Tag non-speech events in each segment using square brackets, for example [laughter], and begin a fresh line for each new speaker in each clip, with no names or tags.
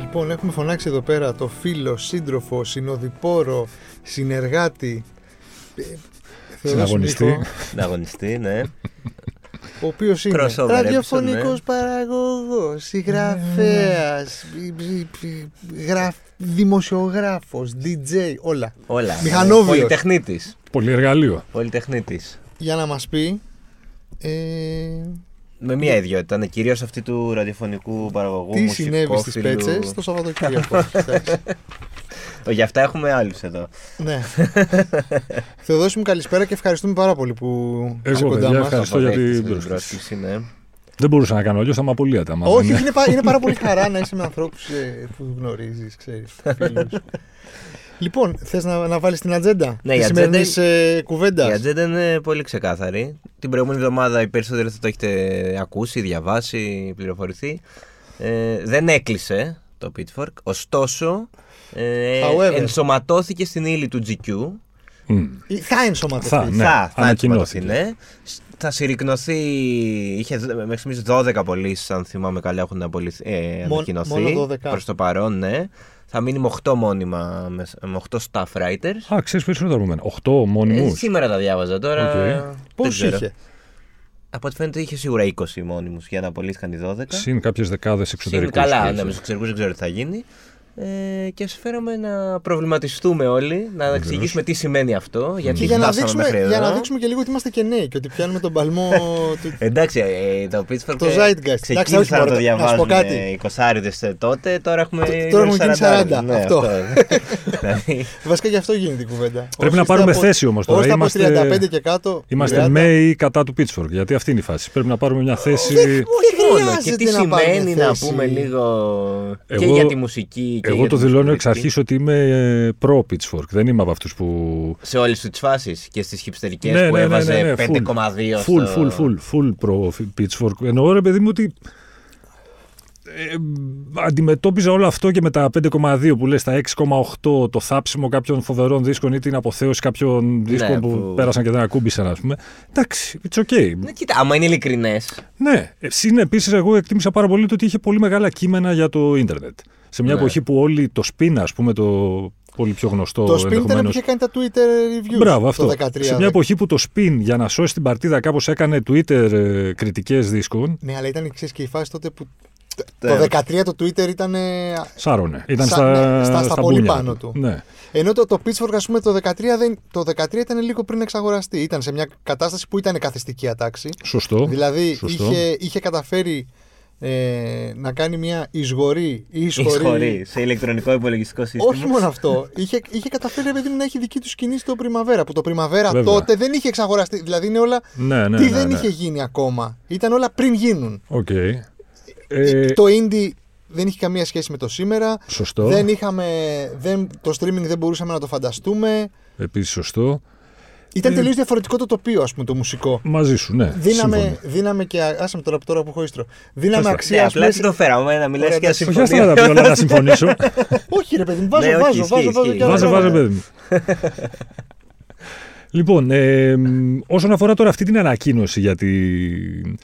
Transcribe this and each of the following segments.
Λοιπόν, έχουμε φωνάξει εδώ πέρα το φίλο, σύντροφο, συνοδοιπόρο, συνεργάτη. ε,
Συναγωνιστή.
Θεοδόση Μίχο,
Να αγωνιστεί, ναι.
Ο οποίος είναι
Crossover
ραδιοφωνικό
episode, ναι.
παραγωγός, συγγραφέας, δημοσιογράφο, DJ, όλα.
Όλα. ναι.
Μηχανόβιος.
Πολυτεχνίτης.
Πολυεργαλείο.
Πολυτεχνίτης.
Για να μας πει. ε,
Με μία ιδιότητα. Είναι κυρίως αυτή του ραδιοφωνικού παραγωγού.
τι συνέβη στις
μουσικόφιλου.
πέτσες το Σαββατοκύριακο.
[laughs]
Εντάξει.
Ω, Γι' αυτά έχουμε άλλους εδώ.
ναι. Θεοδόση μου καλησπέρα και ευχαριστούμε πάρα πολύ που είσαι
Εγώ,
κοντά
παιδιά,
μας.
ευχαριστώ.
Αποδέχτης
για την
με
πρόσκληση.
ναι.
Δεν μπορούσα να κάνω αλλιώς, θα είμαι απολύατα. μάλλον.
Όχι,
Ναι.
είναι, πα- είναι πάρα πολύ χαρά να είσαι με ανθρώπους που γνωρίζεις, ξέρεις. λοιπόν, θες να, να βάλεις την ατζέντα ε,
Ναι, η
τη
ατζέντα
σημερινής κουβέντας.
Η ατζέντα είναι πολύ ξεκάθαρη. Την προηγούμενη εβδομάδα οι περισσότεροι θα το έχετε ακούσει, διαβάσει, πληροφορηθεί. Ε, δεν έκλεισε το Pitchfork, ωστόσο ε,
However.
ενσωματώθηκε στην ύλη του GQ.
Μμ.
Θα ενσωματωθεί.
Θα, ναι.
θα, θα
ανακοινώθηκε.
ενσωματωθεί, ναι. Σ- Θα συρρυκνωθεί. Είχε δ- μέχρι στιγμής 12 πωλήσεις, αν θυμάμαι καλά, έχουν απολυθ- ε,
Μον-
ανακοινωθεί.
μόνο 12.
Προς το παρόν, ναι. Θα μείνει με 8 μόνιμα, με, σ- με 8 staff writers.
Α, ξέρεις περισσότερο από μένα. 8 μόνιμους.
Ε, σήμερα τα διάβαζα τώρα.
Οκ.
δεν
Πώς
ξέρω.
είχε.
Από ό,τι φαίνεται είχε σίγουρα 20 μόνιμους για να απολύθηκαν οι 12.
Συν κάποιες δεκάδες
Σύν
εξωτερικούς.
καλά, ναι, με τους εξωτερικούς δεν ξέρω τι θα γίνει. Ε, και ας φέραμε να προβληματιστούμε όλοι, να εξηγήσουμε τι σημαίνει αυτό,
Και
γιατί
για να,
φτάσαμε
δείξουμε,
μέχρι εδώ.
για να δείξουμε και λίγο ότι είμαστε και νέοι και ότι πιάνουμε τον παλμό
[laughs]
του.
Εντάξει, ε, το Pittsburgh
Το
ε,
Zeitgeist. Εντάξει, όχι
ξεκίνησαν να
μόνο, να
το
σου πω
διαβάζουν
κάτι.
ε, οι κοσάριδες ε, τότε, τώρα έχουμε,
Τώρα έχουμε γίνει 40,
Ναι,
αυτό. [laughs]
δηλαδή,
Βασικά γι' αυτό γίνεται η κουβέντα. Όσοι
να
είστε
πάρουμε
από-
θέση όμως τώρα.
όσοι είστε
Είμαστε-
από 35 και κάτω.
Είμαστε
30,
Μέοι κατά του Pitchfork, γιατί αυτή είναι η φάση. Πρέπει να πάρουμε μια θέση.
Δεν
μόνο, και τι
χρειάζεται να πάρουμε
σημαίνει να
θέση.
πούμε λίγο και
Εγώ-
για τη μουσική και
Εγώ
για
το
τη
δηλώνω εξ
μουσική
αρχής ότι είμαι προ Pitchfork. Δεν είμαι από αυτούς που.
Σε όλες τις φάσεις και στις χιψτερικές
Ναι, ναι,
που
ναι, ναι,
έβαζε
ναι, full.
5,2
Full,
στο-
full, full, full προ Pitchfork. Εννοώ ρε παιδί μου ότι. ε, αντιμετώπιζα όλο αυτό και με τα 5,2 που λες, τα 6,8 το θάψιμο κάποιων φοβερών δίσκων ή την αποθέωση κάποιων δίσκων που,
Ναι, που-
πέρασαν και δεν ακούμπησαν, ας πούμε. Εντάξει, it's okay.
Ναι, κοίτα, άμα είναι ειλικρινές,
Ναι. Ε, Συν επίσης, εγώ εκτίμησα πάρα πολύ το ότι είχε πολύ μεγάλα κείμενα για το ίντερνετ. Σε μια
Ναι.
εποχή που όλοι το spin, ας πούμε, το πολύ πιο γνωστό
Το spin ήταν που
ενδεχομένως.
είχε κάνει τα Twitter reviews.
Μπράβο,
το
αυτό.
13.
Σε μια εποχή που το spin για να σώσει την παρτίδα κάπως έκανε Twitter ε, κριτικές δίσκων.
Ναι, αλλά ήταν ξέρεις, και η φάση τότε που. το-
Ναι.
Το 13 το Twitter ήταν. ε,
Σάρωνε. Ήταν
Σα-
στα,
ναι, στα- στα πολύ
μπουνιά
πάνω του.
Ναι.
Ενώ το, το Pitchfork, ας πούμε, το 13, δεν, το 13 ήταν λίγο πριν εξαγοραστεί. Ήταν σε μια κατάσταση που ήταν καθιστική ατάξη.
Σωστό.
δηλαδή
Σωστό.
είχε, είχε καταφέρει ε, να κάνει μια εισγορή ή
ισχωρεί
εισχωρή.
σε ηλεκτρονικό υπολογιστικό σύστημα. Ναι,
Όχι μόνο αυτό. Είχε, είχε καταφέρει επειδή να έχει δική τους σκηνή στο Πριμαβέρα. Που το Πριμαβέρα
Βέβαια.
τότε δεν είχε εξαγοραστεί. Δηλαδή είναι όλα.
Ναι, ναι,
τι
ναι,
δεν
ναι.
είχε γίνει ακόμα. Ήταν όλα πριν γίνουν.
Οκ. Ε,
το indie δεν είχε καμία σχέση με το σήμερα.
Σωστό.
Δεν είχαμε, δεν, το streaming δεν μπορούσαμε να το φανταστούμε.
Επίσης σωστό.
Ήταν τελείως διαφορετικό το τοπίο, ας πούμε, το μουσικό.
Μαζί σου, ναι.
Δίναμε,
Σύμφωνο.
δίναμε και. α- Άσε με τώρα που τώρα που έχω ίστρο. Δίναμε
Άστα.
Ναι,
αξία. ας πούμε,
απλά τι το φέραμε, να μιλάς Ναι,
Ωραία,
και να
εντάξει.
Όχι, άστα
συμφωνείς.
να τα πει όλα, να
[laughs]
συμφωνήσω.
Όχι, ρε παιδί, μου, βάζω,
Ναι, όχι,
βάζω,
ισχύει,
βάζω, βάζω,
ισχύει.
και άλλα
Βάζε,
πράγματα.
βάζε, παιδί μου. λοιπόν, ε, μ, όσον αφορά τώρα αυτή την ανακοίνωση για την,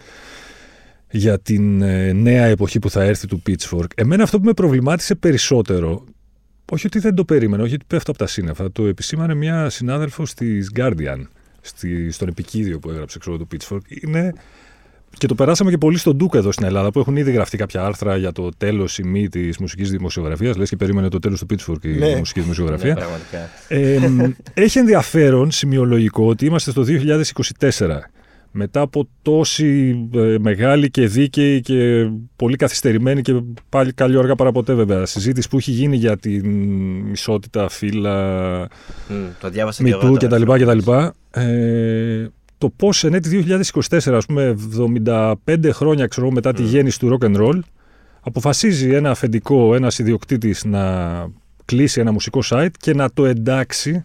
για την ε, νέα εποχή που θα έρθει του Pitchfork, εμένα αυτό που με προβλημάτισε περισσότερο, όχι ότι δεν το περίμενα, όχι ότι πέφτω από τα σύννεφα, το επισήμανε μια συνάδελφος της Guardian, στη, στον επικίδιο που έγραψε ξέρω, το Pitchfork, είναι... Και το περάσαμε και πολύ στον Ντούκα εδώ στην Ελλάδα, που έχουν ήδη γραφτεί κάποια άρθρα για το τέλος ή μη της μουσικής δημοσιογραφίας. Λες και περίμενε το τέλος του Pitchfork η
Ναι.
μουσική
Ναι,
δημοσιογραφία.
πραγματικά.
Ε, μ, έχει ενδιαφέρον σημειολογικό ότι είμαστε στο 2024. Μετά από τόση ε, μεγάλη και δίκαιη και πολύ καθυστερημένη και πάλι καλή αργά παραποτέ βέβαια συζήτηση που έχει γίνει για την ισότητα φύλλα,
Μμ, Το διάβασα και εγώ.
Μητού
το
και τα
άρθρο.
λοιπά και τα λοιπά. Ε, το πώς εν έτη 2024, ας πούμε 75 χρόνια ξέρω, εγώ, μετά τη γέννηση του rock and roll, αποφασίζει ένα αφεντικό, ένας ιδιοκτήτης να κλείσει ένα μουσικό site και να το εντάξει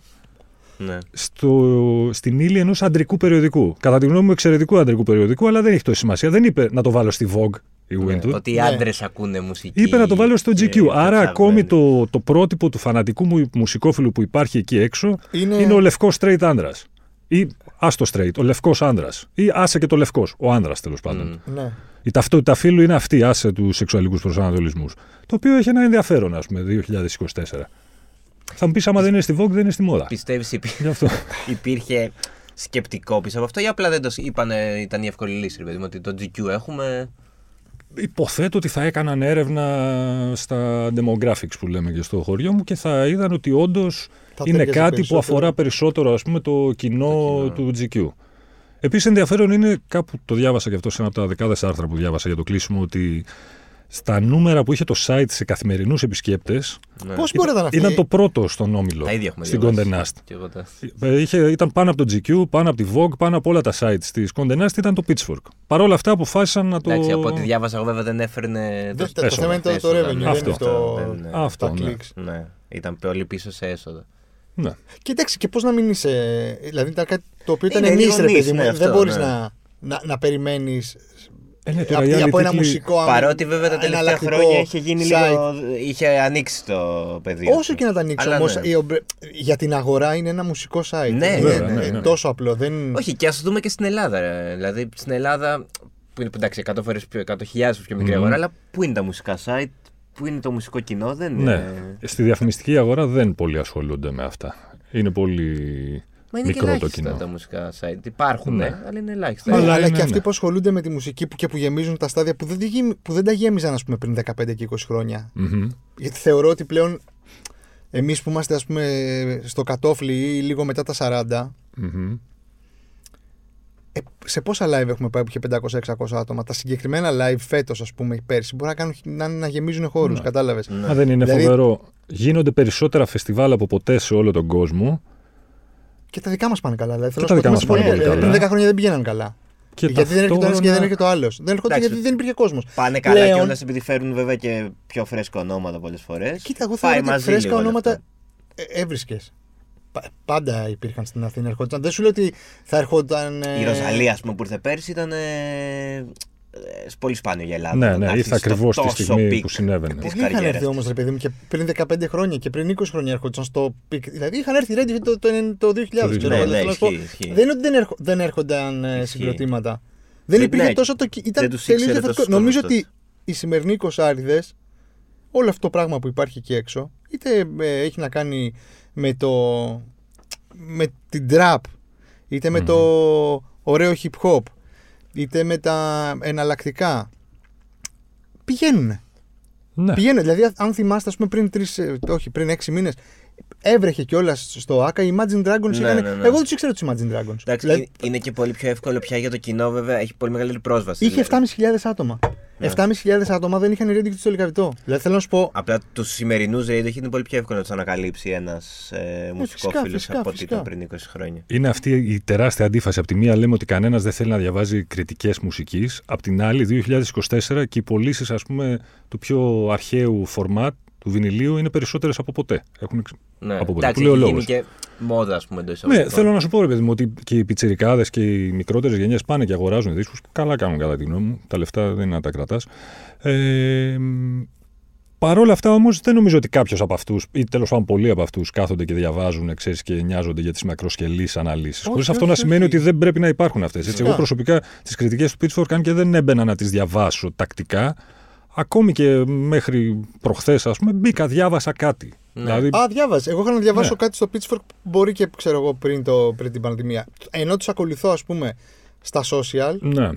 Ναι.
στο, στην ύλη ενός αντρικού περιοδικού. Κατά τη γνώμη μου εξαιρετικού αντρικού περιοδικού, αλλά δεν έχει τόση σημασία. Δεν είπε να το βάλω στη Vogue η Windows.
Ότι οι
Ναι.
άντρες ακούνε μουσική.
Είπε να το βάλω στο
και
GQ. Άρα
ψάχνουν.
ακόμη το, το πρότυπο του φανατικού μου μουσικόφιλου που υπάρχει εκεί έξω
Είναι-
είναι, ο λευκός straight άντρας. Ή άστο straight, ο λευκός άντρα. Ή άσε και το λευκός, ο άντρα τέλος πάντων.
Ναι.
Η ταυτότητα φύλου είναι αυτή, άσε τους σεξουαλικούς προσανατολισμούς. Το οποίο έχει ένα ενδιαφέρον, ας πούμε, 2024. Θα μου πεις, άμα δεν είναι στη Vogue, δεν είναι στη μόδα.
Πιστεύεις
[laughs]
υπήρχε,
Γι' αυτό.
υπήρχε σκεπτικό πίσω από αυτό ή απλά δεν το σ- είπανε, ήταν η εύκολη λύση, ρε παιδί μου, ότι το GQ έχουμε.
Υποθέτω ότι θα έκαναν έρευνα στα demographics που λέμε και στο χωριό μου και θα είδαν ότι όντως
Θα
είναι
ταιριάζει
κάτι που
περισσότερο.
αφορά περισσότερο ας πούμε, το κοινό του GQ. Επίσης ενδιαφέρον είναι, κάπου το διάβασα και αυτό σε ένα από τα δεκάδες άρθρα που διάβασα για το κλείσιμο, ότι στα νούμερα που είχε το site σε καθημερινούς επισκέπτες.
Ναι.
Πώς μπορεί να ήταν αυτή.
Ήταν το πρώτο στον όμιλο.
Τα ίδια έχουμε
στην
διαβάσει.
Condé Nast.
Και εγώ τα-
Ε, Είχε, ήταν πάνω από το GQ, πάνω από τη Vogue, πάνω από όλα τα sites της Condé Nast ήταν το Pitchfork. Παρ' όλα αυτά αποφάσισαν να το.
Εντάξει, από ό,τι διάβασα εγώ βέβαια δεν έφερνε.
Δεν-
το-
το θέμα είναι το- το revenue,
ναι.
δεν
Αυτό.
είναι το-
Δεν- ναι.
Αυτό,
τα
ναι.
clicks.
Ναι, ήταν πολύ πίσω σε έσοδα.
Ναι.
Κοίταξε και πώς να μην είσαι. Δηλαδή ήταν κάτι το οποίο ήταν
Είναι
εμείς,
λίγο
ρε
niche,
παιδί μου. ε,
ναι, αυτό,
Δεν μπορείς
ναι.
να, να, να περιμένεις
Ε, ναι, τώρα οι
από,
άλλοι
από ένα
τίτλοι-
μουσικό άμα-
Παρότι βέβαια τα τελευταία
εναλλακτικό
χρόνια είχε γίνει
site.
λίγο. είχε ανοίξει το πεδίο.
Όσο και να τα ανοίξει
Αλλά
όμως,
ναι.
για την αγορά είναι ένα μουσικό site. Δηλαδή,
Ναι,
Είναι-
βέβαια,
είναι
ναι, ναι.
Τόσο απλό. Δεν...
Όχι, και ας δούμε και στην Ελλάδα. ρε. Δηλαδή στην Ελλάδα, που είναι εντάξει, 100 φορές πιο, 100.000 πιο μικρή
Μμμ.
αγορά, αλλά πού είναι τα μουσικά site, πού είναι το μουσικό κοινό, δεν είναι.
Ναι.
Ε.
Στη διαφημιστική αγορά δεν πολύ ασχολούνται με αυτά. Είναι πολύ
Μα είναι και
μικρό το
ελάχιστα
κοινό.
τα μουσικά site. Υπάρχουν,
Ναι.
αλλά είναι ελάχιστα.
Ναι,
Αλλά
αλλά,
είναι,
και
ναι.
αυτοί που ασχολούνται με τη μουσική που και που γεμίζουν τα στάδια που δεν, τη γεμι- που δεν τα γέμιζαν ας πούμε, πριν 15 και 20 χρόνια.
Μμμ.
Γιατί θεωρώ ότι πλέον εμείς που είμαστε ας πούμε, στο κατόφλι ή λίγο μετά τα 40,
Μμμ.
ε, σε πόσα live έχουμε πάει που είχε 500-600 άτομα. Τα συγκεκριμένα live φέτος, ας πούμε, πέρσι, μπορεί να, κάνουν, να, να γεμίζουν χώρους,
Ναι.
κατάλαβες.
Μα δεν είναι
Δηλαδή-
φοβερό. Γίνονται περισσότερα φεστιβάλ από ποτέ σε όλο τον κόσμο.
Και τα δικά μας πάνε καλά. Δηλαδή, θέλω
τα
να
δικά
σου πω,
μας πάνε
πριν-
πολύ καλά.
Πριν 10 χρόνια δεν πηγαίναν καλά.
Και
γιατί δεν έρχεται ο ένας και
ταυτόχρονα-
δεν έρχεται ο άλλος. Δεν έρχονται
Εντάξει.
γιατί δεν υπήρχε κόσμος.
Πάνε καλά
Πλέον-
κιόλας επειδή φέρουν βέβαια και πιο φρέσκα ονόματα πολλές φορές.
Κοίτα, εγώ θεωρώ ότι φρέσκα ονόματα έβρισκε. Πάντα υπήρχαν στην Αθήνα. Ερχόντουσαν. Δεν σου λέω ότι θα έρχονταν. ε,
Η Ροζαλία, ας πούμε, που ήρθε πέρσι ήταν. ε, ε, πολύ σπάνιο για Ελλάδα.
Ναι,
να
ναι,
έρθει
ήρθε
στο
ακριβώ τη
τόσο
στιγμή
peak.
που συνέβαινε.
της
Πολλοί είχαν
καριέρας
έρθει όμως, ρε παιδί μου, και πριν 15 χρόνια και πριν 20 χρόνια έρχονταν στο πικ. Δηλαδή είχαν έρθει Ρέντι το, το, το 2000. ξέρω εγώ,
Ναι,
δηλαδή,
ναι,
θέλω να σου πω,
ισχύει, ισχύει.
Δεν είναι ότι δεν, έρχο- δεν έρχονταν ε, συγκροτήματα. Δεν
Ναι,
υπήρχε
ναι,
τόσο το.
δεν
ήταν
τους
τελείως
ήξερε
διαφορετικό.
τόσο στον
Νομίζω
εαυτό
ότι οι σημερινοί κοσάριδε, όλο αυτό το πράγμα που υπάρχει εκεί έξω, είτε ε, έχει να κάνει με το. με την trap, είτε με το
Mm-hmm.
ωραίο hip hop, είτε με τα εναλλακτικά. Πηγαίνουν.
Ναι.
Πηγαίνω, δηλαδή, αν θυμάστε, ας πούμε, πριν, τρεις, ε, όχι, πριν έξι μήνες, έβρεχε κιόλας στο ΑΚΑ οι Imagine Dragons.
Ναι,
είχαν...
ναι, ναι.
Εγώ δεν τους ήξερα τους Imagine Dragons.
Εντάξει, ε,
δηλαδή,
είναι και πολύ πιο εύκολο πια για το κοινό, βέβαια. Έχει πολύ μεγαλύτερη πρόσβαση.
είχε
δηλαδή.
7.500 άτομα.
Ναι.
7.500 άτομα δεν είχαν ρέντικτ στο Λικαβιτό. Δηλαδή, θέλω να σου πω.
Απλά τους σημερινούς Radiohead είναι πολύ πιο εύκολο να τους ανακαλύψει ένας ε, μουσικόφιλο
φυσικά,
από ό,τι
φυσικά.
ήταν πριν 20 χρόνια.
Είναι αυτή η τεράστια αντίφαση. Απ' τη μία λέμε ότι κανένας δεν θέλει να διαβάζει κριτικές μουσικής. Απ' την άλλη, 2024 και οι πωλήσεις, ας πούμε, του πιο αρχαίου φορμάτ του βινιλίου είναι περισσότερες από ποτέ. Έχουν εξ-
Ναι.
από ποτέ. Που
Εντάξει,
λέει ο
έχει
λόγος.
γίνει και μόδα, ας πούμε, εντός
Ναι, θέλω να σου πω, ρε παιδί μου, ότι και οι πιτσιρικάδες και οι μικρότερες γενιές πάνε και αγοράζουν δίσκους. Καλά κάνουν, κατά τη γνώμη μου. Τα λεφτά δεν είναι να τα κρατάς. Ε, μ, Παρ' όλα αυτά όμως δεν νομίζω ότι κάποιος από αυτούς, ή τέλος πάντων πολλοί από αυτούς, κάθονται και διαβάζουν ξέρεις, και νοιάζονται για τις μακροσκελείς αναλύσεις.
Όχι,
Χωρίς αυτό
όχι,
να
όχι.
σημαίνει ότι δεν πρέπει να υπάρχουν αυτές.
Φυσικά.
Εγώ προσωπικά τις κριτικές του Pitchfork, αν και δεν έμπαινα να τις διαβάσω τακτικά, ακόμη και μέχρι προχθές, ας πούμε, μπήκα, διάβασα κάτι. Δηλαδή,
Ναι. Α, διάβαζε. Εγώ είχα να διαβάσω
Ναι.
κάτι στο Pitchfork που μπορεί και ξέρω εγώ πριν, το, πριν την πανδημία. Ενώ τους ακολουθώ, ας πούμε, στα social,
ναι.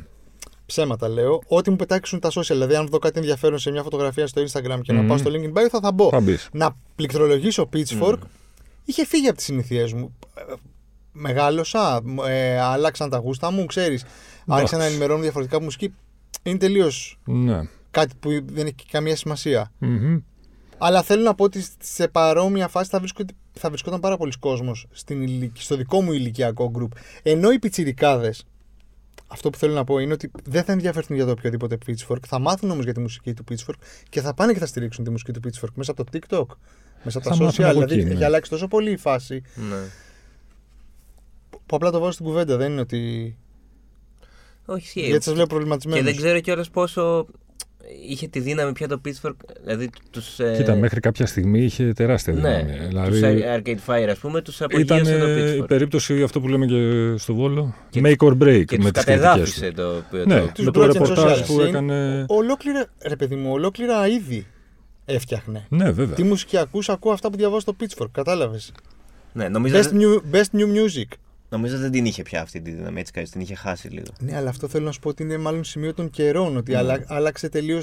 ψέματα λέω, ό,τι μου πετάξουν τα social. Δηλαδή, αν δω κάτι ενδιαφέρον σε μια φωτογραφία στο Instagram και
Μμμ.
να πάω στο LinkedIn bio, θα, θα μπω.
Θα μπεις.
Να πληκτρολογήσω Pitchfork. Είχε φύγει από τις συνήθειέ μου. Ε, Μεγάλωσα, μ, ε, άλλαξαν τα γούστα μου, ξέρεις. Άρχισα να ενημερώνω διαφορετικά από μουσική. Είναι τελείως
ναι.
κάτι που δεν έχει καμία σημασία.
Μμμ.
Αλλά θέλω να πω ότι σε παρόμοια φάση θα, βρίσκονται, θα βρισκόταν πάρα πολλοί κόσμος στο δικό μου ηλικιακό group. Ενώ οι πιτσιρικάδες, αυτό που θέλω να πω είναι ότι δεν θα ενδιαφερθούν για το οποιοδήποτε pitchfork, θα μάθουν όμως για τη μουσική του pitchfork και θα πάνε και θα στηρίξουν τη μουσική του pitchfork μέσα από το TikTok, μέσα από
Θα
τα
μάθουν
social.
από
Δηλαδή
εκεί, ναι.
έχει αλλάξει τόσο πολύ η φάση
Ναι.
που απλά το βάζω στην κουβέντα. Δεν είναι ότι.
Όχι, ισχύει.
Γιατί σας λέω
Ε, Και
προβληματισμένο.
δεν ξέρω κιόλας πόσο είχε τη δύναμη πια το Pitchfork. Δηλαδή τους, ε,
Κοίτα, μέχρι κάποια στιγμή είχε τεράστια
ναι,
δύναμη.
τους
δηλαδή,
Ar- Arcade Fire, ας πούμε, τους
ήταν
απογείωσε το
η
Pitchfork.
περίπτωση αυτό που λέμε και στο Βόλο.
Και-
make or break
Και
με τις κριτικές
τους
του.
κατεδάφισε το, το,
Ναι,
Τους
με το
Bros and
ρεπορτάζ
ε,
Socialists.
που έκανε.
Ολόκληρα, ρε παιδί μου, ολόκληρα είδη έφτιαχνε.
Ναι, βέβαια.
Τι μουσική ακούς, ακούω αυτά που διαβάζω στο Pitchfork, κατάλαβες.
ναι, νομίζω,
Best new, best new music.
νομίζω δεν την είχε πια αυτή τη δύναμη, έτσι κάτι, την είχε χάσει λίγο.
Ναι, αλλά αυτό θέλω να σου πω ότι είναι μάλλον σημείο των καιρών,
Ναι.
ότι αλλα- άλλαξε τελείως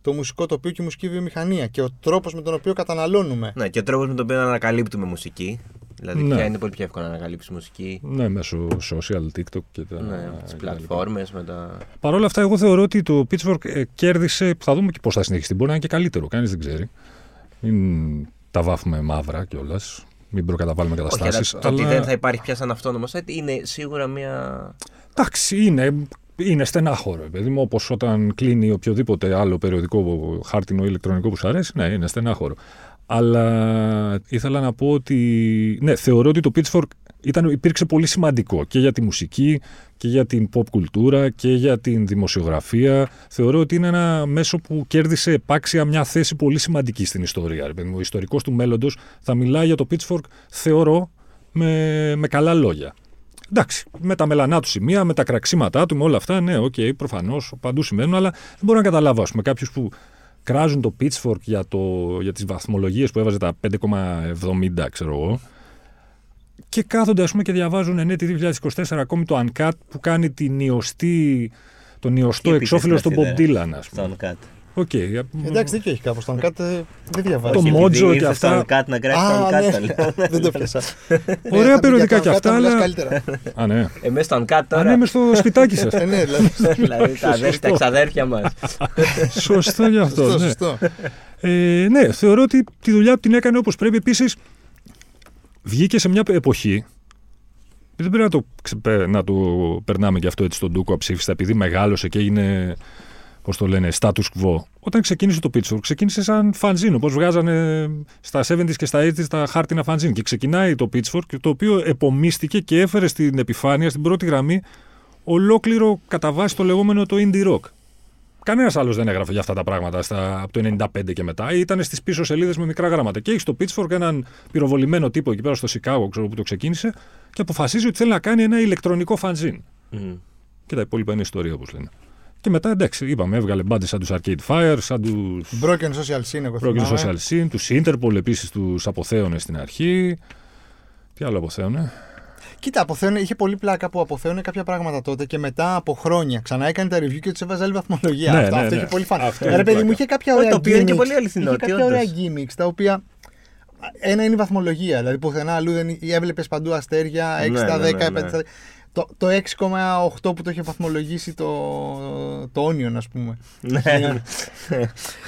το μουσικό τοπίο και η μουσική βιομηχανία και ο τρόπος με τον οποίο καταναλώνουμε.
Ναι, και ο τρόπος με τον οποίο ανακαλύπτουμε μουσική. Δηλαδή,
Ναι.
πια είναι πολύ πιο εύκολο να ανακαλύψεις μουσική.
Ναι, μέσω social, TikTok και τα.
Ναι,
και
τι
τα
πλατφόρμες, με τα.
Παρ' όλα αυτά, εγώ θεωρώ ότι το Pitchfork ε, κέρδισε. Θα δούμε και πώς θα συνεχιστεί. Μπορεί να είναι και καλύτερο. Κανείς δεν ξέρει. Μην τα βάφουμε μαύρα κιόλας. Μην προκαταβάλουμε
Όχι, αλλά
καταστάσει.
το ότι δεν θα υπάρχει πια σαν αυτόνομο site είναι σίγουρα μια.
Εντάξει, είναι, είναι στενάχωρο, ρε παιδί μου. Όπως όταν κλείνει οποιοδήποτε άλλο περιοδικό χάρτινο ή ηλεκτρονικό που σου αρέσει, ναι, είναι στενάχωρο. Αλλά ήθελα να πω ότι. Ναι, θεωρώ ότι το Pitchfork ήταν, υπήρξε πολύ σημαντικό και για τη μουσική και για την pop κουλτούρα και για την δημοσιογραφία. Θεωρώ ότι είναι ένα μέσο που κέρδισε επάξια μια θέση πολύ σημαντική στην ιστορία. Ρε παιδί μου. Ο ιστορικός του μέλλοντος θα μιλάει για το Pitchfork, θεωρώ, με, με καλά λόγια. Εντάξει, με τα μελανά του σημεία, με τα κραξίματά του, με όλα αυτά, ναι, οκ, προφανώς παντού σημαίνουν, αλλά δεν μπορώ να καταλάβω, ας πούμε, κάποιους που κράζουν το Pitchfork για, το, για τις βαθμολογίες που έβαζε τα 5,70, ξέρω εγώ. Και κάθονται, ας πούμε, και διαβάζουν ναι, ενέτη 2024 ακόμη το Uncut που κάνει την ιωστή, τον ιωστό
Και
εξώφυλλο στον Bob Dylan,
επιτεθείς,
α πούμε.
Στον cut.
Οκ.
Εντάξει, δίκιο έχει κάπω. Τον κάτι δεν
Ναι. Το
διαβάζει.
μ- Mojo και αυτά-
cut να
Α,
uncut,
ναι.
τα λέω.
[laughs] δεν το πιάσα.
Ωραία περιοδικά κι αυτά, αλλά-
Αλλά...
Α, ναι.
Εμείς στον cut
Αν
τώρα.
είμαι στο σπιτάκι σας.
ε, ναι, δηλαδή.
[laughs] δηλαδή τα αδέρφια, τα εξαδέρφια μας.
Σωστό γι' αυτό.
Σωστό,
ναι.
σωστό.
Ε, ναι, θεωρώ ότι τη δουλειά του την έκανε όπως πρέπει. Επίσης, βγήκε σε μια εποχή, δεν πρέπει να το, ξεπε- να το περνάμε και αυτό έτσι στον τούκο αψήφιστα, επειδή μεγάλωσε και έγινε, πώς το λένε, status quo. Όταν ξεκίνησε το Pitchfork, ξεκίνησε σαν φανζίν, όπως βγάζανε στα 70s και στα 80s τα χάρτινα φανζίν. Και ξεκινάει το Pitchfork, το οποίο επομίστηκε και έφερε στην επιφάνεια, στην πρώτη γραμμή, ολόκληρο κατά βάση το λεγόμενο το indie rock. Κανένας άλλος δεν έγραφε για αυτά τα πράγματα στα, από το 95 και μετά. Ήταν στις πίσω σελίδες με μικρά γράμματα. Και έχει στο Pitchfork έναν πυροβολημένο τύπο εκεί πέρα στο Σικάγο, ξέρω που το ξεκίνησε, και αποφασίζει ότι θέλει να κάνει ένα ηλεκτρονικό φανζίν.
Μμμ.
Και τα υπόλοιπα είναι ιστορία, όπως λένε. Και μετά εντάξει, είπαμε, έβγαλε μπάντε σαν τους Arcade Fire, σαν τους
Broken social scene, εγώ
Broken
θυμάμαι.
Social Scene, τους Interpol επίσης τους αποθέωνες στην αρχή. Τι άλλο αποθέωνε.
Κοίτα, αποθέωνε, είχε πολύ πλάκα που αποθέωνε κάποια πράγματα τότε και μετά από χρόνια ξανά έκανε τα review και τους έβαζε άλλη βαθμολογία.
Ναι,
αυτό,
ναι,
αυτό
ναι.
είχε πολύ φαν.
Αυτό
Ρε
είναι
παιδί μου,
πλάκα.
είχε κάποια
Ε,
ωραία
το οποίο είναι και
gimmicks.
πολύ αληθινό,
Είχε
τι
κάποια ωραία
όντως.
gimmicks τα οποία. Ένα είναι η βαθμολογία. Δηλαδή πουθενά αλλού δεν έβλεπες παντού αστέρια 6
Ναι,
στα
ναι,
10,
ναι,
5 στα
ναι.
10. Το, το 6,8 που το είχε βαθμολογήσει το, το Onion, ας πούμε.
Ναι.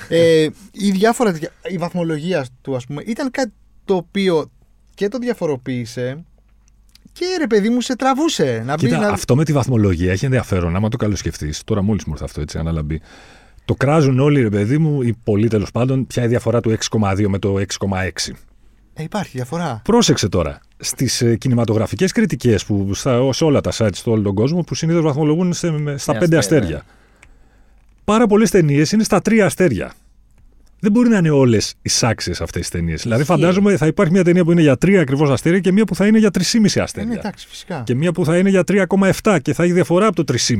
Ε, η διάφορα, δια- η βαθμολογία του ας πούμε ήταν κάτι το οποίο και το διαφοροποίησε και ρε παιδί μου σε τραβούσε να μπει
Κοίτα,
να...
αυτό με τη βαθμολογία έχει ενδιαφέρον. Άμα το καλοσκεφτείς, τώρα μόλις μου ήρθε αυτό έτσι, αναλαμπή. Το κράζουν όλοι, ρε παιδί μου, οι πολλοί τέλος πάντων, ποια είναι η διαφορά του 6,2 με το 6,6.
Ε, υπάρχει διαφορά.
Πρόσεξε τώρα. Στις ε, κινηματογραφικές κριτικές που στα, σε όλα τα sites στο όλο τον κόσμο, που συνήθως βαθμολογούν σε, με- στα
Ε,
5
αστέρια.
αστέρια. Πάρα πολλές ταινίες είναι στα 3 αστέρια. Δεν μπορεί να είναι όλες εισάξιε αυτέ τι ταινίες. Δηλαδή, φαντάζομαι θα υπάρχει μια ταινία που είναι για 3 ακριβώς αστέρια και μια που θα είναι για 3,5
Ε, ναι,
αστέρια.
εντάξει, φυσικά.
Και μία που θα είναι για 3,7 και θα έχει διαφορά από το 3,5.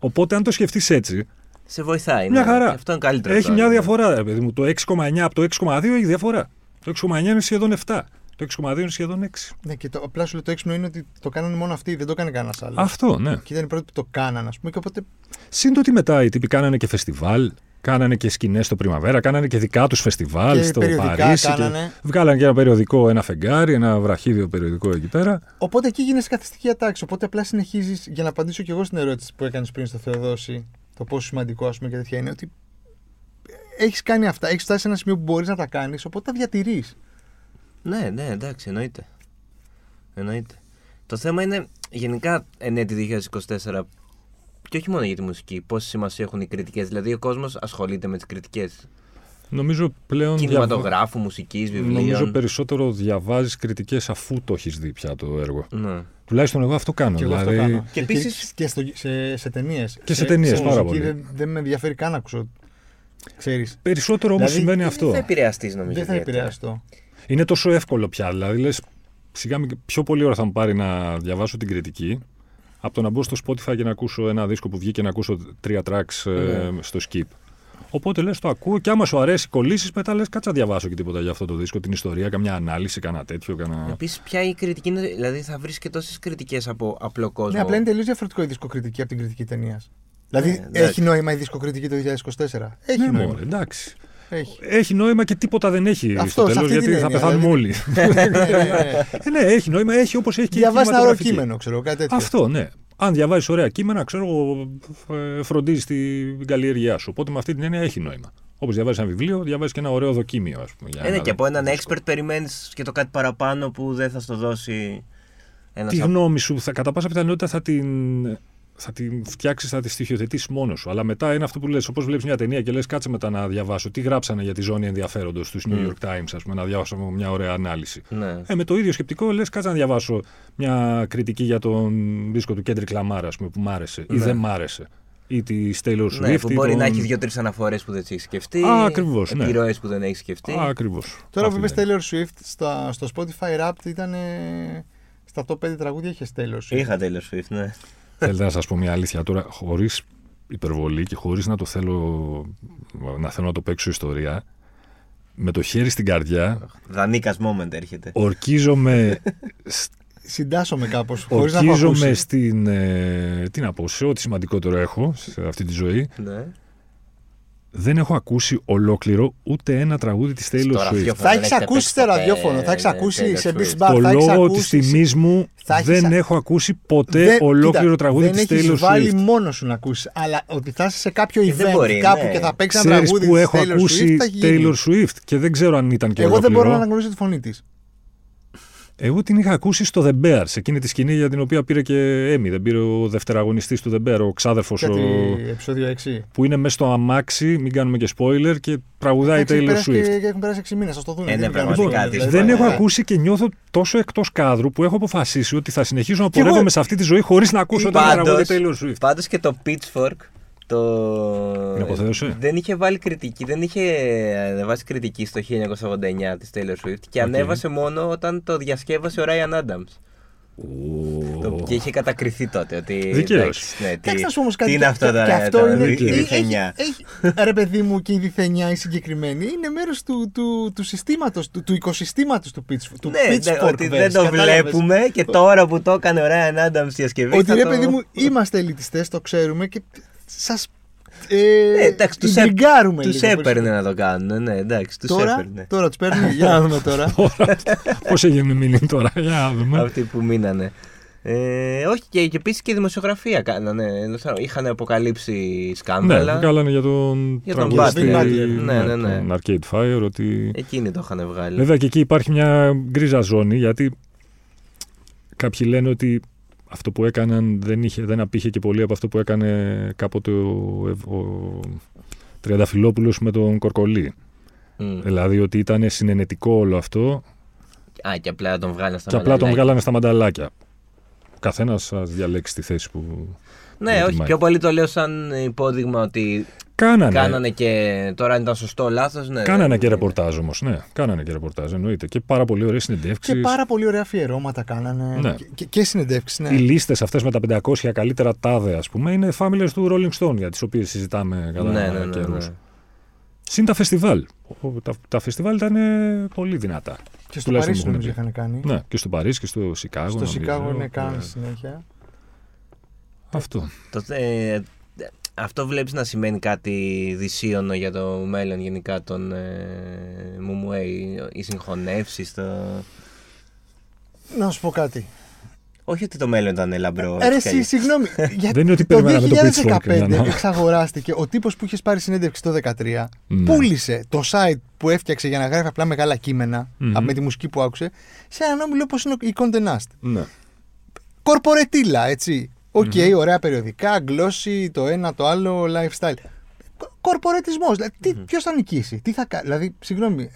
Οπότε, αν το σκεφτείς έτσι,
Σε βοηθάει.
μια
ναι.
χαρά.
Αυτό είναι καλύτερο.
Έχει
τώρα,
μια
ναι.
διαφορά, ρε παιδί μου. Το 6,9 από το 6,2 έχει διαφορά. Το 6,9 είναι σχεδόν 7. Το 6,2 είναι σχεδόν 6.
Ναι, και το, απλά σου λέω το έξυπνο είναι ότι το κάνανε μόνο αυτοί, δεν το έκανε κανένας άλλος.
Αυτό, ναι.
Και ήταν οι πρώτοι που το κάνανε, ας πούμε. Και οπότε.
Σύντομα ότι μετά οι τύποι κάνανε και φεστιβάλ, κάνανε και σκηνές το Primavera, κάνανε και δικά τους φεστιβάλ
Και
στο
περιοδικά
Παρίσι.
κάνανε.
Και... Βγάλανε και ένα περιοδικό, ένα φεγγάρι, ένα βραχίδιο περιοδικό εκεί πέρα.
Οπότε εκεί γίνεσαι καθιστική ατάξη. Οπότε απλά συνεχίζεις για να απαντήσω κι εγώ στην ερώτηση που έκανες πριν στο Θεοδόση, το πόσο σημαντικό ας πούμε και τέτοια είναι ότι έχεις κάνει αυτά, έχεις φτάσει σε ένα σημείο που μπορείς να τα κάνεις, οπότε τα διατηρείς.
Ναι, ναι, εντάξει, εννοείται. Εννοείται. Το θέμα είναι γενικά εν έτη 2024 και όχι μόνο για τη μουσική, πόση σημασία έχουν οι κριτικές. Δηλαδή, ο κόσμος ασχολείται με τις κριτικές.
Νομίζω πλέον. δια-
Κινηματογράφου, μουσικής, βιβλίων.
Νομίζω περισσότερο διαβάζεις κριτικές αφού το έχεις δει πια το έργο.
Ναι.
Τουλάχιστον εγώ αυτό κάνω.
Και εγώ αυτό
δηλαδή,
κάνω.
Και επίσης-
και στο, σε, σε ταινίες.
Και σε ταινίες, πάρα πολύ.
Δεν, δεν με ενδιαφέρει καν να ακούσω Ξέρεις.
Περισσότερο όμως
Δηλαδή,
συμβαίνει
Δεν
αυτό.
θα επηρεαστείς νομίζω.
Δεν θα
ιδιαίτερα.
επηρεαστώ.
Είναι τόσο εύκολο πια. Δηλαδή, λες, σιγά μην- πιο πολύ ώρα θα μου πάρει να διαβάσω την κριτική από το να μπω στο Spotify και να ακούσω ένα δίσκο που βγήκε και να ακούσω τρία tracks ε,
Ναι.
στο skip. Οπότε λες, το ακούω και άμα σου αρέσει, κολλήσεις μετά λες, κάτσα διαβάσω και τίποτα για αυτό το δίσκο, την ιστορία, καμιά ανάλυση, κανένα τέτοιο. Κανένα...
Επίσης, ποια η κριτική είναι. Δηλαδή, θα βρεις και τόσες κριτικές από απλό κόσμο.
Ναι, απλά είναι τελείως διαφορετικό η δισκοκριτική από την κριτική ταινίας.
Ναι,
Δηλαδή,
εντάξει.
έχει νόημα η δισκοκριτική το 2024. Έχει
Ναι,
νόημα.
μωρέ, εντάξει.
Έχει.
Έχει νόημα και τίποτα δεν έχει
Αυτό,
στο
σε
τέλος
αυτή
γιατί
την
θα
έννοια,
πεθάνουμε
δηλαδή.
όλοι.
[laughs] Ναι, ναι, ναι.
ε, ναι, έχει νόημα, έχει όπως έχει και η
Διαβάζει ένα ωραίο
κινηματογραφική.
κείμενο, ξέρω κάτι τέτοιο.
Αυτό, ναι. Αν διαβάζει ωραία κείμενα, ξέρω εγώ, ε, φροντίζεις την καλλιέργειά σου. Οπότε με αυτή την έννοια έχει νόημα. Όπως διαβάζεις ένα βιβλίο, διαβάζεις και ένα ωραίο δοκίμιο, ας πούμε. για
Ε, ναι, και από έναν
δίσκο.
expert περιμένεις και το κάτι παραπάνω που δεν θα στο δώσει ένας
Τη γνώμη σου, θα, κατά πάσα πιθανότητα θα την, θα την φτιάξεις, θα τη στοιχειοθετήσεις μόνος σου. Αλλά μετά είναι αυτό που λες, όπως βλέπεις μια ταινία και λες, κάτσε μετά να διαβάσω. Τι γράψανε για τη ζώνη ενδιαφέροντος του New York Times, ας πούμε, να διαβάσω μια ωραία ανάλυση.
Ναι.
Ε, με το ίδιο σκεπτικό, λες, κάτσε να διαβάσω μια κριτική για τον δίσκο του Κέντρικ Λαμάρα, πούμε, που μ' άρεσε ή δεν μ' άρεσε. Ή τη Taylor Swift.
Ναι, που
ή
μπορεί
τον-
να έχει δύο-τρει αναφορές που δεν τις έχει σκεφτεί.
Α, ακριβώς, ναι.
Επιρροές που δεν έχει σκεφτεί.
Α, ακριβώς.
Τώρα που είπε Taylor Swift, στα- στο Spotify Wrapped ήταν. ε, Στα top 5 τραγούδια είχε Taylor Swift.
Είχα Taylor Swift, ναι.
Θέλετε να σας πω μια αλήθεια τώρα, χωρίς υπερβολή και χωρίς να το θέλω να θέλω να το παίξω ιστορία. Με το χέρι στην καρδιά,
Δανίκα moment έρχεται.
ορκίζομαι
[laughs] Συντάσσομαι κάπως. Χωρίς να έχω
Ορκίζομαι
ακούσει.
στην. Ε, τι να πω, σε ό,τι σημαντικότερο έχω σε αυτή τη ζωή.
Ναι.
Δεν έχω ακούσει ολόκληρο ούτε ένα τραγούδι της
Στο
Taylor Swift.
ραδιόφωνο
Θα
δεν
έχεις
έχετε
ακούσει
παίξει
στο
ποτέ,
ραδιόφωνο, θα έχεις
ναι,
ακούσει
Taylor
σε
Swift.
Beach Bar.
Το
θα έχεις
λόγο τη
ακούσει-
τιμής μου
θα έχεις
δεν
α-
έχω ακούσει ποτέ
Δεν-
Ε, ολόκληρο
κοίτα,
τραγούδι τη
Δεν
Taylor
έχεις
Swift.
βάλει μόνο σου να ακούσεις, αλλά ότι θα είσαι σε κάποιο
Ε, δεν
event
μπορεί,
κάπου
ναι.
και θα παίξεις ένα
Ξέρεις
τραγούδι
που
της
έχω
Taylor
ακούσει
Swift, θα γίνει.
Taylor Swift και δεν ξέρω αν ήταν και
Εγώ δεν
ολόκληρο.
μπορώ να αναγνωρίσω τη φωνή της.
Εγώ την είχα ακούσει στο The Bear, σε εκείνη τη σκηνή για την οποία πήρε και Έμι. Δεν πήρε ο δευτεραγωνιστής του The Bear, ο ξάδερφος.
Κάτι
Ο...
επεισόδιο 6.
που είναι μέσα στο αμάξι, μην κάνουμε και spoiler, και τραγουδάει η
Εντάξει,
Taylor
πέρασε
Swift.
και- και Έχουν περάσει 6 μήνες, ας το δουν.
Ε, ναι, πραγματικά,
Λοιπόν,
Πραγματικά δύσκολο.
δεν έχω
Ε.
ακούσει και νιώθω τόσο εκτός κάδρου που έχω αποφασίσει ότι θα συνεχίσω να
Κι εγώ-
πορεύομαι σε αυτή τη ζωή χωρίς να ακούσω το τραγούδι Taylor Swift.
πάντως και το Pitchfork το...
Την αποθέωσε.
Δεν είχε βάλει κριτική, δεν είχε ανεβάσει κριτική στο 1989 της Taylor Swift και ανέβασε μόνο όταν το διασκεύασε ο Ryan Adams. Το- Και είχε κατακριθεί τότε ότι.
Δικαίως.
εντάξει, ναι, τι,
Κάτσε να σου όμως κάτι.
τι είναι αυτό
και-
τώρα,
και αυτό
τώρα,
είναι.
η- η
έχει-
διθενιά.
έχει- Ρε παιδί μου, και η διθενιά η συγκεκριμένη είναι μέρος του, του, του συστήματος, του, του οικοσυστήματος του Pitch- του
Ναι, ναι,
Pitchfork.
ότι
verse,
δεν το
κατάλαβες.
βλέπουμε και τώρα που το έκανε ο Ryan Adams διασκευή.
Ότι
θα
ρε
το-
παιδί μου, είμαστε ελιτιστέ, το ξέρουμε και σας.
Ναι, εντάξει, τους έπ-
γκριγκάρουμε
τους
λίγο
έπαιρνε
περισσότερο.
να το κάνουν. Ναι, εντάξει, τους
Τώρα,
έπαιρνε.
τώρα τους παίρνει. Για να δούμε
[laughs]
τώρα.
Πώς έγινε μείνει τώρα, για να δούμε.
Αυτοί που μείνανε. Ε, όχι, και, και επίσης και η δημοσιογραφία κάνανε. Είχαν αποκαλύψει
Ναι,
σκάνδαλα.
που κάνανε για τον
Για τον
τραγουδιστή,
Bad Bunny.
Ναι, ναι, ναι. Ε,
τον Arcade Fire, ότι...
Εκείνοι το είχαν βγάλει.
Βέβαια και εκεί υπάρχει μια γκρίζα ζώνη, γιατί κάποιοι λένε ότι αυτό που έκαναν δεν, είχε, δεν απήχε και πολύ από αυτό που έκανε κάποτε ο, Ευ- ο Τριανταφυλόπουλος με τον Κορκολί.
Μμ.
Δηλαδή ότι ήταν συνενετικό όλο αυτό
Α, και απλά τον βγάλανε στα
και απλά τον
μανταλάκια.
βγάλανε στα μανταλάκια. Ο καθένας ας διαλέξει τη θέση που
Ναι, όχι,
Ετοιμάει.
πιο πολύ το λέω σαν υπόδειγμα ότι
κάνανε.
κάνανε και. Τώρα αν ήταν σωστό λάθος.
Ε,
Ναι,
Ναι, Κάνανε
δεν-
και ρεπορτάζ όμως, ναι. Κάνανε και ρεπορτάζ, εννοείται. Και πάρα πολύ ωραίες συνεντεύξεις.
Και πάρα πολύ ωραία αφιερώματα κάνανε.
Ναι.
Και- Και, και συνεντεύξεις, ναι.
Οι λίστες αυτές με τα 500 καλύτερα τάδε, ας πούμε, είναι φάμιλε του Rolling Stone για τις οποίες συζητάμε κατά
Ναι, ναι, ναι.
καιρούς.
ναι.
Συν τα φεστιβάλ. Ο- Τα, τα φεστιβάλ ήταν ε, πολύ δυνατά.
Και στο
τουλάχιστον
Παρίσι
μου
νομίζω
έχουν
είχαν κάνει.
Ναι, και στο Παρίσι και στο Σικάγο.
Στο
νομίζω.
Σικάγο, ναι, κάνανε συνέχεια.
Αυτό.
Το, ε, ε, αυτό βλέπεις να σημαίνει κάτι δυσίωνο για το μέλλον γενικά των ε, Μουμουέ, οι- οι συγχωνεύσεις, το...
Να σου πω κάτι.
Όχι ότι το μέλλον ήταν λαμπρό.
Ε, Ρε,
έτσι
εσύ,
κι αλλιώς. [laughs]
συγγνώμη. για-
Δεν είναι ότι
το
περιμέναμε το Pitchfork,
2015
Γιάννα.
εξαγοράστηκε ο τύπος που είχες πάρει συνέντευξη το 2013.
Ναι.
Πούλησε το site που έφτιαξε για να γράφει απλά μεγάλα κείμενα,
Μμμ.
α, με τη μουσική που άκουσε σε έναν όμιλο όπως είναι η Conde Nast.
Ναι.
Κορπορετήλα, έτσι. Οκ, ωραία περιοδικά, γλώσση, το ένα, το άλλο, lifestyle. Κορπορετισμός. Δηλαδή, ποιος θα νικήσει, τι θα κάνει. Δηλαδή, συγγνώμη.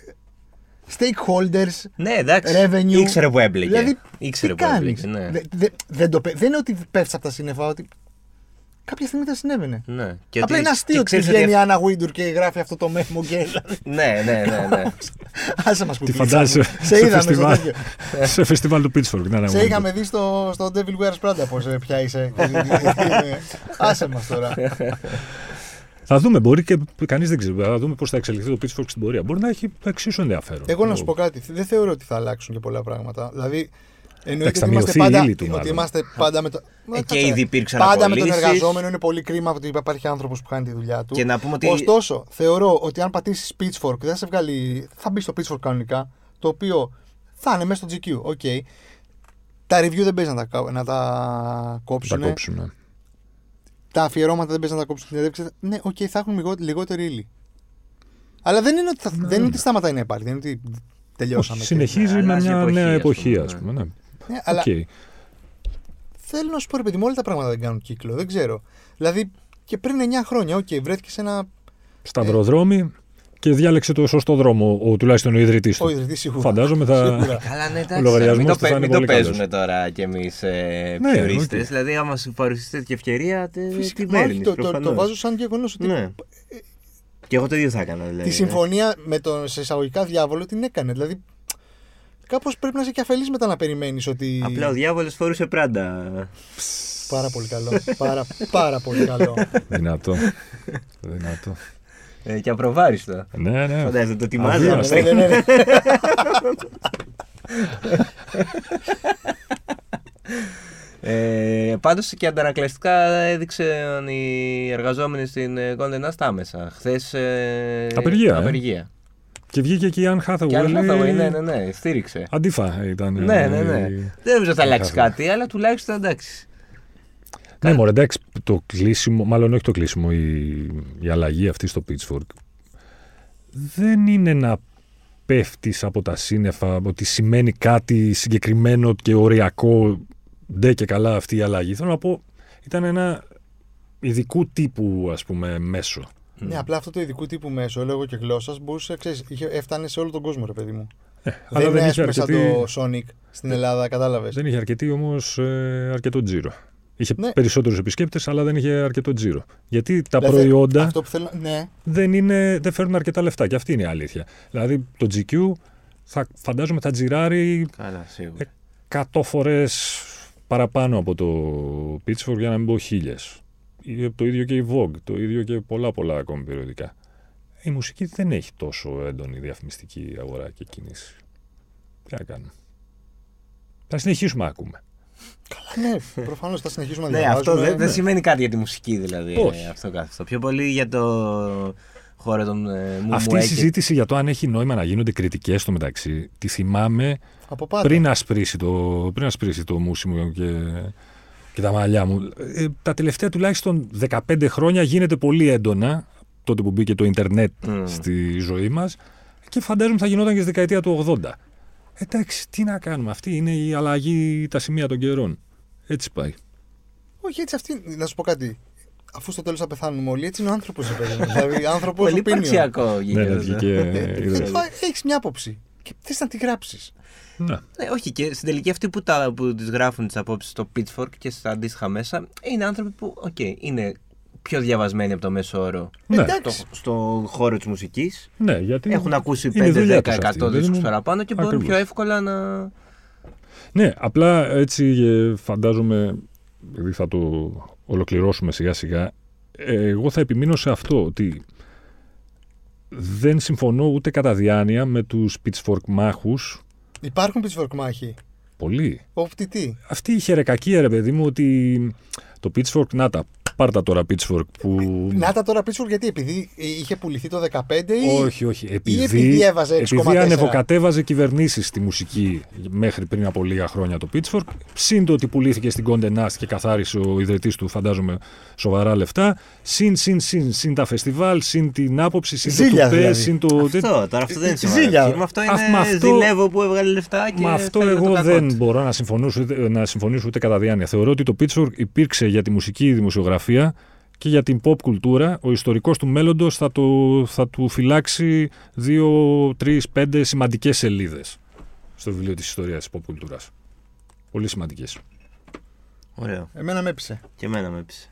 Stakeholders,
Ναι, εντάξει.
revenue.
Ήξερε που έμπλεκε.
Δηλαδή,
Ήξερε
τι
που έμπλεκε,
κάνεις.
ναι.
Δε- δε- δεν, το πέ- δεν είναι ότι πέφτεις από τα σύννεφα, ότι Κάποια στιγμή δεν συνέβαινε.
Ναι. Και
Απλά
ότι-
είναι αστείο
και
ότι
ξέρεις ότι
βγαίνει η
αυ-
Άννα Γουίντουρ και γράφει αυτό το μέμο και δηλαδή,
Ναι, ναι, ναι.
[laughs]
ναι.
Άσε μας που
Τη
κλείσαμε.
φαντάζεσαι
Σε είδαμε στο
φεστιβάλ,
τέτοιο.
σε φεστιβάλ του Pittsburgh. Να, ναι,
Σε
μου.
είχαμε δει στο, στο Devil Wears Prada πώς ε, πια
[laughs]
είσαι. Άσε μας τώρα.
Θα δούμε, μπορεί και κανείς δεν ξέρει. Θα δούμε πώς θα εξελιχθεί το Pittsburgh στην πορεία. Μπορεί να έχει εξίσου ενδιαφέρον.
Εγώ να σου πω κάτι. Δεν θεωρώ ότι θα αλλάξουν και πολλά πράγματα. Δηλαδή, εννοείται
θα
ότι είμαστε,
μειωθεί η
πάντα,
ύλη του,
ότι
μάλλον.
είμαστε πάντα με το. Μα,
Ε, και
κάτσε,
ήδη υπήρξαν
Πάντα με τον
απολύσεις.
εργαζόμενο είναι πολύ κρίμα ότι υπάρχει άνθρωπος που κάνει τη δουλειά του.
Και να πούμε ότι-
Ωστόσο, θεωρώ ότι αν πατήσεις Pitchfork, δεν θα σε βγάλει. Θα μπει στο Pitchfork κανονικά, το οποίο θα είναι μέσα στο GQ. Οκ. Τα review δεν παίζει να τα, κα- να τα
Θα
κόψουν.
κόψουν.
Τα αφιερώματα δεν παίζει να τα κόψουν στην συνέντευξη. Ναι, οκ, θα έχουν λιγο- λιγότερη ύλη. Αλλά δεν είναι ότι, θα, δεν είναι ότι σταματάει να υπάρχει. Δεν είναι ότι τελειώσαμε.
Συνεχίζει
Ναι,
με
αλλάζει
μια
εποχή,
νέα
ας
εποχή,
πούμε,
α
ναι.
πούμε. ναι.
Ναι, αλλά
Οκ.
θέλω να σου πω, ρε παιδί μου, όλα τα πράγματα δεν κάνουν κύκλο. Δεν ξέρω. Δηλαδή και πριν 9 χρόνια, οκ, βρέθηκες σε
Ε,
ένα.
Σταυροδρόμι και διάλεξε το σωστό δρόμο, ο, τουλάχιστον ο ιδρυτής
Ο
του.
ιδρυτής σίγουρα.
Φαντάζομαι θα.
Σίγουρα.
Καλά, ναι,
Ο
εντάξει.
λογαριασμός
μην το,
του θα
παί-
είναι
μην το
πολύ καλός.
παίζουμε τώρα κι εμείς ε,
Ναι,
πιουρίστε.
οκ.
Δηλαδή, άμα σου παρουσιαστεί τέτοια ευκαιρία, τε-
Φυσικά,
την
μα όχι,
παίρνεις,
το, το, το
προφανώς.
βάζω σαν γεγονός ότι
Ναι. Και εγώ το ίδιο θα έκανα. Δηλαδή,
ε.
τη
ναι.
συμφωνία με τον σε εισαγωγικά διάβολο την έκανε. Δηλαδή κάπως πρέπει να είσαι και αφελής μετά να περιμένεις ότι.
Απλά ο διάβολος φορούσε πράντα.
Πάρα πολύ καλό. πάρα, πάρα πολύ
[laughs]
καλό.
Δυνατό. Δυνατό.
Ε, και απροβάριστο.
Ναι, ναι.
Φαντάζεσαι το
Αδύνατο.
τιμάζα.
ναι,
[laughs]
ναι, ναι, ναι.
Mm.
Ε, Πάντως και αντανακλαστικά έδειξαν οι εργαζόμενοι στην ε, Golden Nast άμεσα. Χθες.
Απεργία, ε.
απεργία.
Και βγήκε και η Αν Hathaway.
Και αν θα
λέει,
ναι, ναι, ναι, στήριξε.
Αντίφα ήταν.
Ναι, ναι, ναι.
ε,
Δεν νομίζω ότι θα αλλάξει
καθόλου.
κάτι, αλλά τουλάχιστον εντάξει.
Ναι, μωρέ, εντάξει, το κλείσιμο, μάλλον όχι το κλείσιμο, η, η αλλαγή αυτή στο Pitchfork δεν είναι να πέφτεις από τα σύννεφα, ότι σημαίνει κάτι συγκεκριμένο και οριακό, ντε και καλά αυτή η αλλαγή. Θέλω να πω, ήταν ένα ειδικού τύπου, ας πούμε, μέσο.
ναι, απλά αυτό το ειδικού τύπου μέσο, λόγω και γλώσσας, μπορούσε, ξέρεις, είχε, έφτανε σε όλο τον κόσμο, ρε παιδί μου.
Αλλά
είναι,
δεν
ας
είχε,
πούμε, σαν
αρκετή,
το Sonic στην Ελλάδα, κατάλαβες.
δεν είχε αρκετή όμως ε, αρκετό τζίρο. Είχε
Ναι.
περισσότερους επισκέπτες, αλλά δεν είχε αρκετό τζίρο. Γιατί τα
Δηλαδή,
προϊόντα...
Αυτό που θέλω. Ναι,
δεν, είναι, δεν φέρνουν αρκετά λεφτά. Και αυτή είναι η αλήθεια. Δηλαδή το GQ θα, φαντάζομαι θα τζιράρει
Καλά, σίγουρα.
100 φορές παραπάνω από το Pitchfork για να μην πω χίλιες. Το ίδιο και η Vogue, το ίδιο και πολλά πολλά ακόμη περιοδικά. Η μουσική δεν έχει τόσο έντονη διαφημιστική αγορά και κίνηση. Τι να κάνουμε. Θα συνεχίσουμε να ακούμε.
ναι προφανώς θα συνεχίσουμε να
Ε, Ναι, αυτό
διαβάζουμε.
δεν δεν σημαίνει κάτι για τη μουσική δηλαδή.
Όχι.
ε, Αυτό καθ' αυτό. Πιο πολύ για το χώρο των ε, μου
Αυτή
μου
η
έκαι-
συζήτηση για το αν έχει νόημα να γίνονται κριτικές στο μεταξύ, τη θυμάμαι
Από πάντα.
πριν ασπρίσει το, πριν ασπρίσει το μουσί μου και, και τα μαλλιά μου. Ε, τα τελευταία τουλάχιστον 15 χρόνια γίνεται πολύ έντονα, τότε που μπήκε το ίντερνετ
Μμμ.
στη ζωή μας, και φαντάζομαι θα γινόταν και στη δεκαετία του 80. Εντάξει, τι να κάνουμε. Αυτή είναι η αλλαγή, τα σημεία των καιρών. Έτσι πάει.
Όχι, έτσι αυτή. Να σου πω κάτι. Αφού στο τέλος θα πεθάνουμε όλοι, έτσι είναι ο άνθρωπος.
[laughs]
δηλαδή, άνθρωπος
Πολύ
opinion.
υπαρξιακό ε.
Ναι,
γίνεται.
ναι,
αυτό.
βγήκε.
[laughs]
είδες.
Έχεις μια άποψη. Και θες να τη γράψεις.
Ναι.
Ναι, όχι και στην τελική αυτοί που, τα, που τις γράφουν τις απόψεις στο Pitchfork και στα αντίστοιχα μέσα είναι άνθρωποι που, οκ, είναι πιο διαβασμένοι από το μέσο όρο
Ναι.
Εντάξει.
στο, στο χώρο της μουσικής.
Ναι, γιατί
Έχουν ακούσει
είναι η δουλειά
5-10%
τους αυτή, δεν
δίσκους
είναι-
παραπάνω και μπορούν
Ακριβώς.
πιο εύκολα να...
Ναι, απλά έτσι ε, φαντάζομαι, επειδή θα το ολοκληρώσουμε σιγά σιγά, ε, εγώ θα επιμείνω σε αυτό, ότι δεν συμφωνώ ούτε κατά διάνοια με τους pitchfork μάχους,
Υπάρχουν πιτσφορκμάχοι.
πολύ.
Όπτι τι.
Αυτή η χερεκακία ρε παιδί μου ότι το pitchfork, να τα, πάρτα τώρα pitchfork που...
Να τα τώρα Pitchfork γιατί, επειδή είχε πουληθεί το 15 ή.
Όχι, όχι. Επειδή,
επειδή έβαζε
επειδή
6,4.
ανεβοκατέβαζε κυβερνήσεις στη μουσική μέχρι πριν από λίγα χρόνια το Pitchfork, συν το ότι πουλήθηκε στην Conde Nast και καθάρισε ο ιδρυτής του, φαντάζομαι, σοβαρά λεφτά, συν, συν, συν, συν τα φεστιβάλ, συν την άποψη, συν το
Ζήλια
τουπέ,
δηλαδή.
συν το. τέ-
Αυτό, τώρα αυτό δεν
Ε,
είναι σοβαρό.
Ζήλια.
επιχείρημα, Αυτό
Αφ- με
είναι
αυτό-
ζηλεύω που έβγαλε λεφτά και
Μα αυτό
θέλω το
εγώ
κακό
δεν
της.
μπορώ να συμφωνήσω, ούτε- να συμφωνήσω ούτε κατά διάνοια. Θεωρώ ότι το Pitchfork υπήρξε για τη μουσική δημοσιογραφία και για την pop κουλτούρα. Ο ιστορικός του μέλλοντος θα, το, θα του φυλάξει δύο, τρεις, πέντε σημαντικές σελίδες στο βιβλίο της ιστορίας της pop κουλτούρας. Πολύ σημαντικές.
Ωραίο.
Εμένα με έπεισε.
Και εμένα με έπεισε.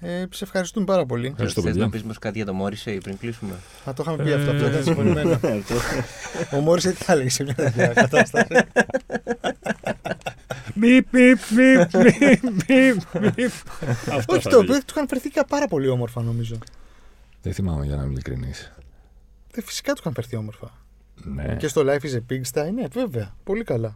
Ε, σε ευχαριστούμε πάρα πολύ.
Ευχαριστώ,
Θες να
παιδιά.
πεις μας κάτι για το Μόρισε πριν [laughs] κλείσουμε.
Θα το είχαμε πει αυτό.
Ε,
Αυτό ήταν συμφωνημένο. Ο Μόρι τι θα λέει σε μια [laughs] τέτοια κατάσταση.
Μιπ, μιπ, μιπ, μιπ, μιπ, μιπ. Αυτό
Όχι,
θα
το
λέγε.
οποίο του είχαν φερθεί και πάρα πολύ όμορφα νομίζω.
Δεν θυμάμαι για να είμαι ειλικρινής.
Ε, Φυσικά του είχαν φερθεί όμορφα.
Ναι.
Ε. Και στο Life is a Pigsty, ναι, βέβαια. Πολύ καλά.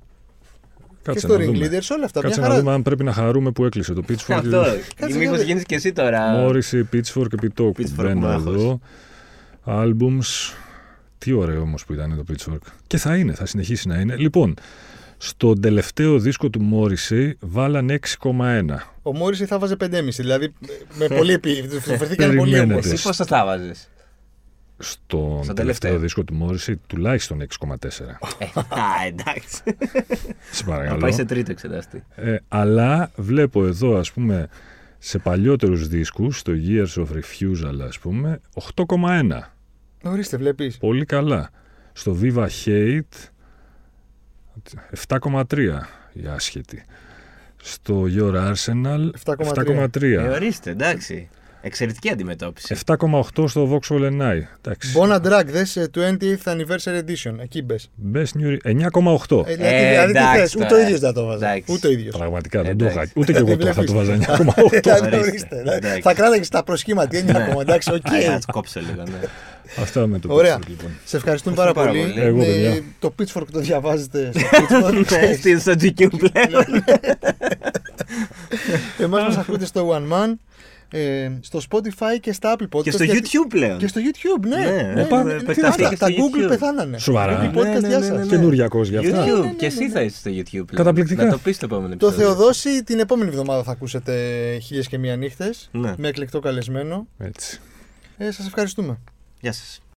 Και
Κάτσε
στο
να δούμε.
Ringleaders, όλα αυτά. Μια
Κάτσε να
χαρά.
δούμε αν πρέπει να χαρούμε που έκλεισε το Pitchfork.
Αυτό.
Κάτσε,
Μήπως
κάτσε.
γίνεις και εσύ τώρα.
Μόριση, Pitchfork, Επιτόκ.
Pitchfork
Μπαίνω
μάχος.
εδώ. Albums. Τι ωραίο όμως που ήταν το Pitchfork. Και θα είναι, θα συνεχίσει να είναι. Λοιπόν, στον τελευταίο δίσκο του Μόριση βάλαν 6,1.
Ο Μόρι θα βάζε 5,5. Δηλαδή με πολύ
[laughs]
επί... του φερθήκαν πολύ
Περιμένετε.
όμορφα.
Εσύ πώς θα τα βάζεις.
Στον
τελευταίο.
τελευταίο δίσκο του Μόριση τουλάχιστον 6,4.
Ε, Α, εντάξει.
Σε
Θα πάει σε
παρακαλώ.
τρίτο εξεταστή.
Ε, αλλά βλέπω εδώ, ας πούμε, σε παλιότερους δίσκους, στο Years of Refusal, ας πούμε, 8,1.
Ορίστε, βλέπεις.
Πολύ καλά. Στο Viva Hate 7,3 η άσχετη. Στο Your Arsenal
7,3.
7,3.
Ε, ορίστε, εντάξει. Εξαιρετική αντιμετώπιση.
7,8 στο Vauxhall Enai. Εντάξει.
Bona Drag, δες 20th Anniversary Edition. Εκεί μπες.
Best New... 9,8.
Ε, δηλαδή, δηλαδή τι
εντάξει
θες,
τώρα.
ούτε ο ίδιος δεν το βάζει.
Εντάξει.
Ούτε ο ίδιος.
Πραγματικά δεν το
εντάξει.
είχα. Ούτε και εγώ
Δεν
το θα το
Ε, βλέπεις. [laughs]
βάζα 9,8.
Δηλαδή,
ορίστε.
ορίστε, δηλαδή.
Εντάξει.
Θα κράταγες τα προσχήματα. Τι είναι ακόμα, εντάξει, οκ.
Α, ας κόψω λίγο, ναι.
Αυτά με το
Ωραία.
Pitchfork, λοιπόν.
Σε ευχαριστούμε πάρα
πάρα
πολύ.
πολύ.
Εγώ,
Ε,
παιδιά.
Το Pitchfork το διαβάζετε στο Pitchfork.
[laughs] Ναι, στην- Στο GQ πλέον.
Εμάς μας ακούτε στο One Man, ε, στο Spotify και στα Apple Podcast.
Και στο
γιατί-
YouTube πλέον.
Και στο YouTube, ναι.
Ναι,
ναι,
όπα,
ναι, ναι,
πετάχτηκε
αυτά,
και
Τα
στο
Google
YouTube.
πεθάνανε.
Σοβαρά.
Google
Ναι,
Podcast,
ναι,
γεια
ναι, ναι,
σας.
ναι.
Καινουριακός για αυτά.
Ναι, ναι, ναι,
YouTube. Και εσύ
ναι.
θα είσαι στο YouTube. πλέον.
Καταπληκτικά.
Να το πεις το επόμενο
Το
επεισόδιο.
Θεοδόση την επόμενη εβδομάδα θα ακούσετε χίλιες και μία νύχτες
Ναι.
με εκλεκτό καλεσμένο.
Έτσι.
Ε, σας ευχαριστούμε.
Γεια σας.